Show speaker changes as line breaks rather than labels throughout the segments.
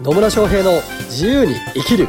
野村翔平の自由に生きる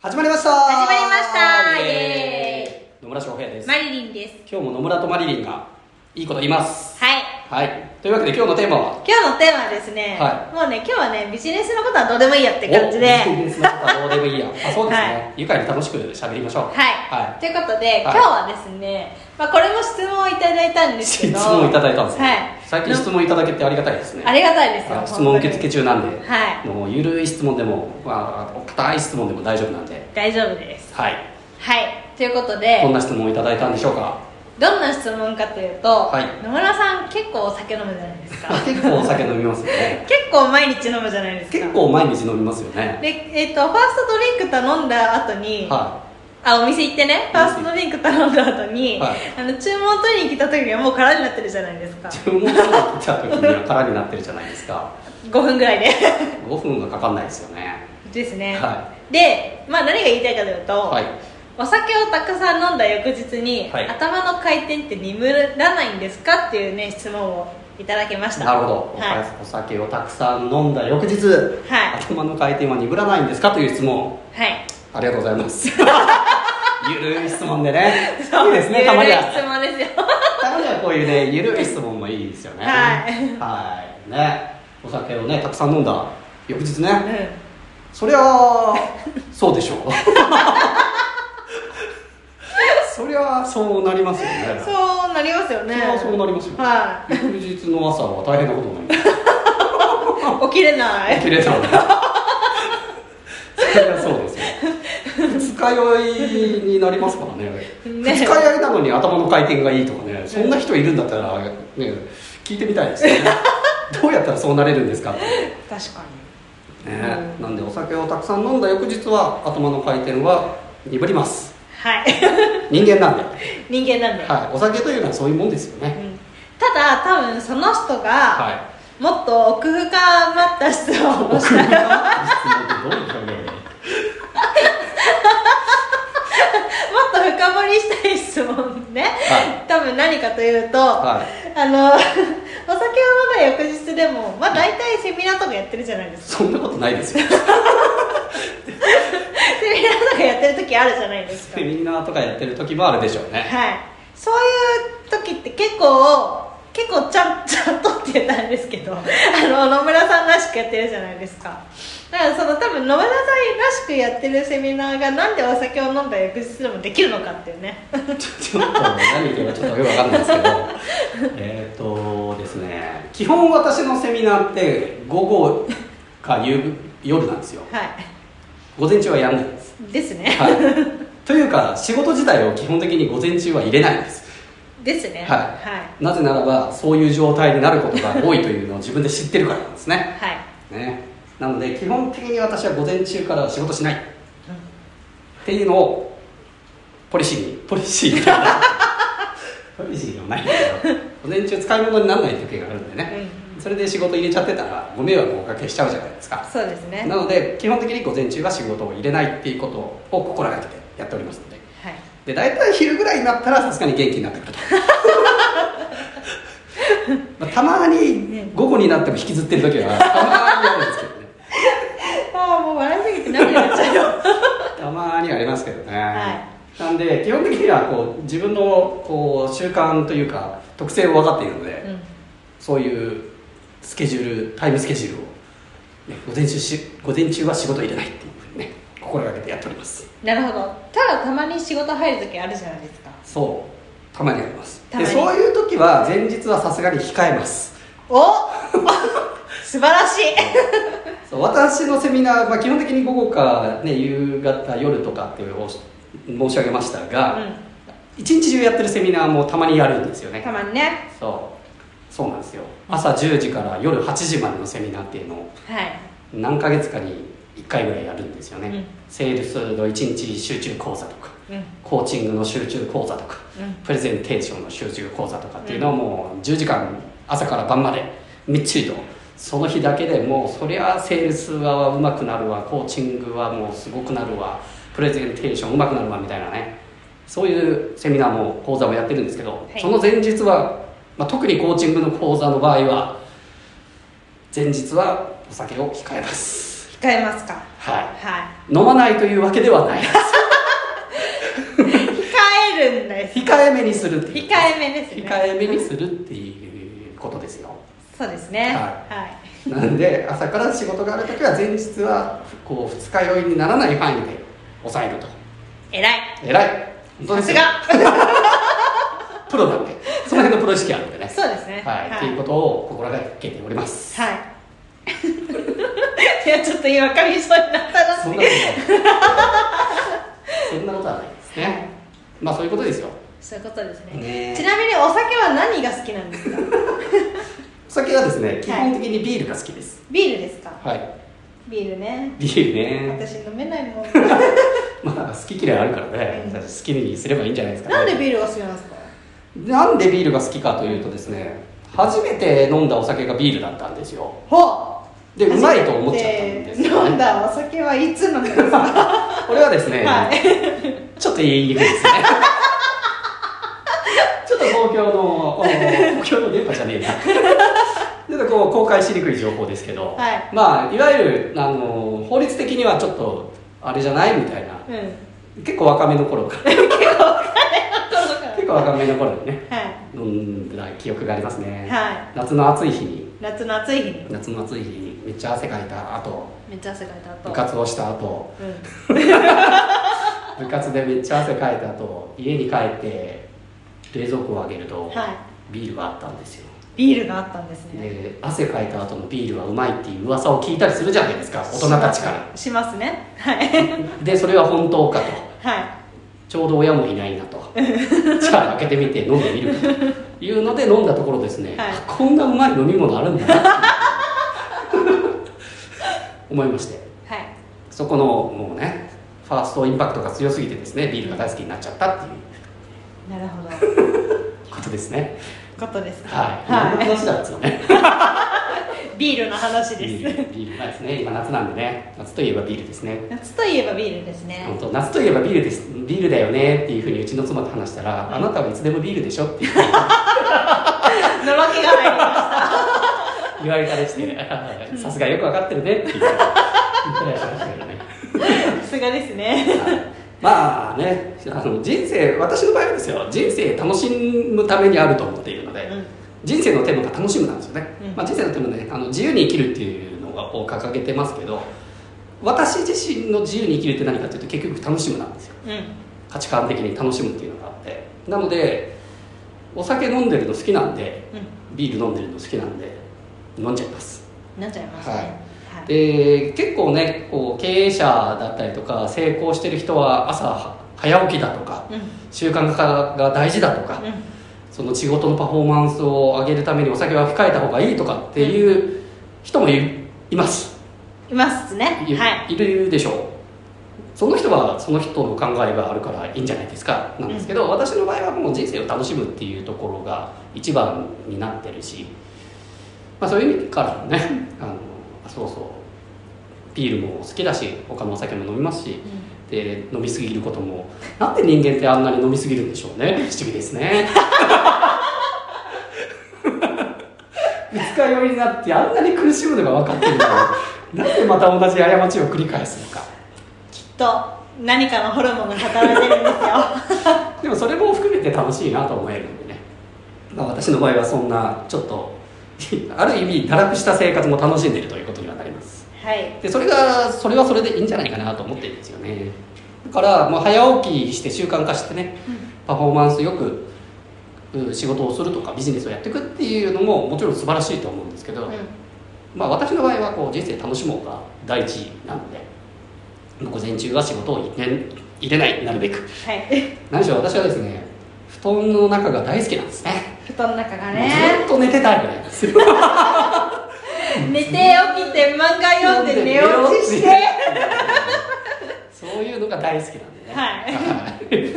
始まりました
始まりましたイエ
野村翔平です、
マリリンです。
今日も野村とマリリンがいいこと言います
はい。
はいというわけで今日のテーマは
今日のテーマはですね、
は
もうね、今日はね、ビジネスのことはどうでもいいやって感じで。
お ビジネスのことはどうでもいいやあそうですね、
はい
愉快に楽しく喋りましょう
はい、
は
ということで、今日はですね、まあ、これも質問をいただいたんですけ
質
ど
問をいただいたんですね、
はい
最近質問いただけてありがたいですね
ありがたいですよ
はい質問受付
中
中なんで、
はい
もうゆるい質問でも、まあ、硬い質問でも大丈夫なんで
大丈夫です
はい
はいということ
こん
で
な質問をいただいたんでしょうか
どんな質問かというと、
はい
野村さん結構お酒飲むじゃないですか
結構お酒飲みますよね
結構毎日飲むじゃないですか
結構毎日飲みますよね
で、えっとファーストドリンク頼んだ後に、
は
あお店行ってねファーストドリンク頼んだ後に、
はい
あの注文取りに来た時にはもう空になってるじゃないですか
い注文が来た時には空になってるじゃないですか
5分ぐらいで
5分がかかんないですよね
ですね、
は
で、まあ、何が言いたいかというと、
はい
お酒をたくさん飲んだ翌日に、
はい
頭の回転って眠らないんですかっていうね質問をいただきました
なるほど、
はい、
お酒をたくさん飲んだ翌日、
はい
頭の回転は鈍らないんですかという質問
はい、
ありがとうございます ゆるい質問でね
そ
いういですねたまに
緩い質
は
問ですよ
たまにはこういうねゆるい質問もいいですよね
はい
はいねお酒をねたくさん飲んだ翌日ね、
う
そりゃあそうでしょう そりゃあそうなりますよね
ん そうなりますよ
そりゃあ
ね
そうなりますよ、
は
翌日の朝は大変なことになります
い起きれない
切れちゃうねそりゃそうですよ二日酔いになりますからね二
ね
日酔いなのに頭の回転がいいとかねそんな人いるんだったらね聞いてみたい ですねどうやったらそうなれるんですかって
確かに
ね、なんでお酒をたくさん飲んだ翌日は頭の回転は鈍ります
はい
人間なんで、
人間なんで、
はい、お酒というのはそういうもんですよ
う
ね
んただ多分その人が、
は
もっと奥深まった質問
いど
をしたらもっ
ういう表現
と深掘りしたい質問ね、
は
多分何かというと、
はい
あの お酒を飲んだ翌日でもまあ大体セミナーとかやってるじゃないですか
そんなことないですよ
セミナーとかやってる時あるじゃないですか
セミナーとかやってる時もあるでしょうね
はいそういう時って結構結構ちゃんちゃんとって言ったんですけどあの野村さんらしくやってるじゃないですかだからその多分野村さんらしくやってるセミナーがなんでお酒を飲んだ翌日でもできるのかっていうね
ちょっと何言ってるかちょっとよくわかんないですけどえっとですね基本私のセミナーって午後か夕夜なんですよ
は
午前中はやんないです、
いですね、
はい、というか仕事自体を基本的に午前中は入れないんです
ですね
はいなぜならばそういう状態になることが多いというのを自分で知ってるからなんですね
はい、はい
ねなので基本的に私は午前中から仕事しないっていうのをポリシーにポリシーに ポリシーではないんだけど午前中使い物にならない時があるんでね、それで仕事入れちゃってたらご迷惑をおかけしちゃうじゃないですか
そうですね
なので基本的に午前中は仕事を入れないっていうことを心がけてやっておりますので
はい
で大体昼ぐらいになったらさすがに元気になって くるとまあたまに午後になっても引きずってる時はたまにあるんですけどね
ああもう笑いすぎて涙出ちゃうよ
たまにありますけどね、
は
なんで基本的にはこう自分のこう習慣というか特性を分かっているので、
うん
そういうスケジュールタイムスケジュールを、ね、午前中し午前中は仕事入れないっていうふうにね心がけてやっております
なるほどただたまに仕事入る時あるじゃないですか
そうたまにあります
たま
で
に
そういう時は前日はさすがに控えます
お 素晴らしい
そう私のセミナー、まあ、基本的に午後か、ね、夕方夜とかっておし申し上げましたが、
う
一日中やってるセミナーもたまにやるんですよ
ん、
ね
たまにね
そうそうなんですよ朝10時から夜8時までのセミナーっていうのを
はい
何ヶ月かに1回ぐらいやるんですよね、
うん
セールスの1日集中講座とか
うんうん
コーチングの集中講座とかプレゼンテーションの集中講座とかっていうのはもう10時間朝から晩までみっちりとその日だけでもうそりゃセールスは上手くなるわコーチングはもうすごくなるわプレゼンテーション上手くなるわみたいなねそういうセミナーも講座もやってるんですけど、
い
その前日は、まあ、特にコーチングの講座の場合は前日はお酒を控えます
控えますか
は
はい
飲まないというわけではない
い控えるんです
控えめにするっていう
控えめですね
控えめにするっていうことですよ
そうですね
は
は
なんで朝から仕事がある時は前日はこう二日酔いにならない範囲で抑えると
い偉い
偉い本当
さ
です
す
よ
が
プロなんでその辺のプロ意識あるんでね
そうですね
はい、ということを心がけております
はい いやちょっと今かみそうになったの
そんなこと ないそんなことはないですね、
はい
まあそういうことですよ
そういうことですね
ね
ちなみにお酒は何が好きなんですか
お酒はですね基本的にビールが好きです
ビールですか
はい、
ビールね
ビールね
私飲めないもん
まあ好き嫌いあるからね、
うん
好きにすればいいんじゃないですか、ね、
なんでビールが好きなんですか
なんでビールが好きかというとですね初めて飲んだお酒がビールだったんですよ
ほう
でうまいと思っちゃったんですよ、
飲ん
ね、
だお酒はいつ飲むんですか
これはですね、
はい
ちょっと言いにくい ですねちょっと公共のお公共の電波じゃねえな ちょっとこう公開しにくい情報ですけど、
はい
まあいわゆるあの法律的にはちょっとあれじゃないみたいな
うん
結構若めの頃から
は
結構若めの頃にね
い
飲んだ記憶がありますね、
は
夏の暑い日に
い夏の暑い日に
夏の暑い日にめっちゃ汗かいた後
めっちゃ汗かいた後
部活をした後
うん
部活でめっちゃ汗かいた後家に帰って冷蔵庫を開けると、
はい
ビールがあったんですよ
ビールがあったんですね
で汗かいた後のビールはうまいっていう噂を聞いたりするじゃないです か大人たちから
しますねはい
でそれは本当かと
は
ちょうど親もいないなと じゃあ開けてみて飲んでみるかというので飲んだところですね、
はい
あこんなうまい飲み物あるんだな っていう思いまして
いはい
そこのもうねファーストインパクトが強すぎてですねビールが大好きになっちゃったっていう
なるほど
ことですね
ことです
はい、
はい
何の話だっつうのね
ビールの話
ビ
で
ー
す
ルビールまあですね今夏なんでね夏といえばビールですね
夏といえばビールですね
本当夏といえばビールですビールだよねっていうふうにうちの妻と話したら、あなたはいつでもビールでしょっていう
のろけが入りま
言われたり してさすがよくわかってるねっていう言ったりはしましたけどね
したさすがですね
まあねあの人生私の場合はですよ人生楽しむためにあると思っているので、
うん
人生のテーマが楽しむなんですよね、
うん
まあ、人生のテーマねあの自由に生きるっていうのを掲げてますけど私自身の自由に生きるって何かっていうと結局楽しむなんですよ
うん
価値観的に楽しむっていうのがあってなのでお酒飲んでるの好きなんで
う
ビール飲んでるの好きなんで飲んじゃいます
んなっちゃいますね
はい
はい
で結構ねこう経営者だったりとか成功してる人は朝早起きだとか
うん
習慣化が大事だとか、
うん
その仕事のパフォーマンスを上げるためにお酒は控えた方がいいとかっていう人もい,、ます
いますね
い,、、
はい
るでしょうその人はその人の考えがあるからいいんじゃないですかなんですけど、私の場合はもう人生を楽しむっていうところが一番になってるし、まあ、そういう意味からもねあのそうそうビールも好きだし他のお酒も飲みますし
い、うん
で飲みすぎることもなんで人間ってあんなに飲みすぎるんでしょうね不思議ですね二日酔いになってあんなに苦しむのが分かってるのになんでまた同じ過ちを繰り返すのか
きっと何かのホルモンが働いてるんですよ
でもそれも含めて楽しいなと思えるんでね、まあ、私の場合はそんなちょっとある意味堕落した生活も楽しんでいるということにはなります
はい
でそれがそれはそれでいいんじゃないかなと思ってるんですよねだから、まあ、早起きして習慣化してねパフォーマンスよくうん仕事をするとかビジネスをやっていくっていうのももちろん素晴らしいと思うんですけど、
うん
まあ、私の場合はこう人生楽しもうが第一なので午前中は仕事を入れ入れないなるべく
はい
何しろ私はですね布団の中が大好きなんですね
布団の中が
もうず
ね
っと寝てたいぐらいですよ
寝て起きて漫画読んで寝落ちして
そういうのが大好きなんでね
はい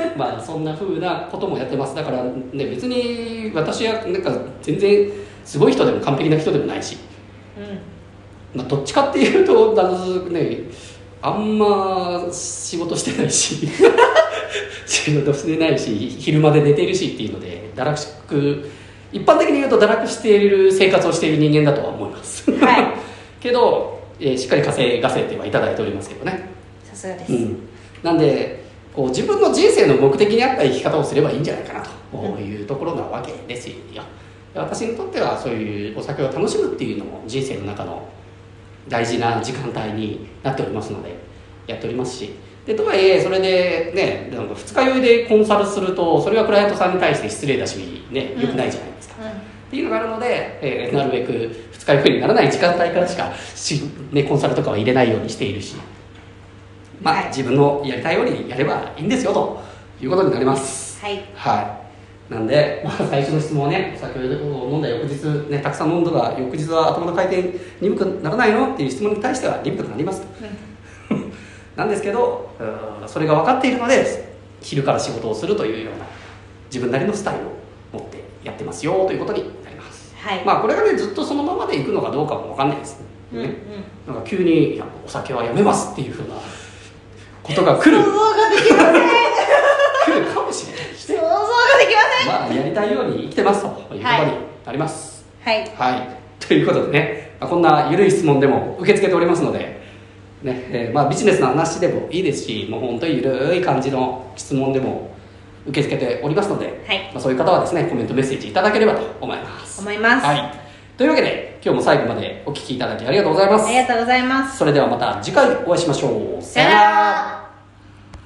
はいまあそんな風なこともやってますだからね別に私はなんか全然すごい人でも完璧な人でもないし、
うん
まあ、どっちかっていうとあのねあんま仕事してないし 仕事してないし昼まで寝てるしっていうので堕落しく一般的に言うと堕落している生活をしている人間だとは思います、
はい
けど、えーしっかり稼がせてはいただいておりますけどね
さすがです、
うん、なんでこう自分の人生の目的に合った生き方をすればいいんじゃないかなというところなわけですよ、で私にとってはそういうお酒を楽しむっていうのも人生の中の大事な時間帯になっておりますのでやっておりますしでとはいえそれでねなんか二日酔いでコンサルするとそれはクライアントさんに対して失礼だしね良くないじゃないですか、っていうのがあるので、えーなるべく二日酔いにならない時間帯からしかし、ね、コンサルとかは入れないようにしているし、まあ
はい
自分のやりたいようにやればいいんですよということになります
はい
はいなんで、まあ、最初の質問はね先ほど飲んだ翌日、ね、たくさん飲んだが翌日は頭の回転鈍くならないのっていう質問に対しては鈍くなりますとなんですけどうーんそれが分かっているので昼から仕事をするというような自分なりのスタイルを持ってやってますよということになります
はい、
まあこれがねずっとそのままでいくのかどうかも分かんないです、ね
うんうん
なんか急にいや「お酒はやめます」っていうふうなことが来
想
る
像ができません
来るかもしれないし
想像ができません
まあやりたいように生きてますということになります
はい
はい、ということでね、まあこんな緩い質問でも受け付けておりますので、ねえーまあ、ビジネスの話でもいいですしもう本当に緩い感じの質問でも受け付けておりますので、
はい
まあ、そういう方はですねコメントメッセージいただければと思います
思います
はい、というわけで今日も最後までお聞きいただきありがとうございます
ありがとうございます
それではまた次回お会いしましょう。
さよなら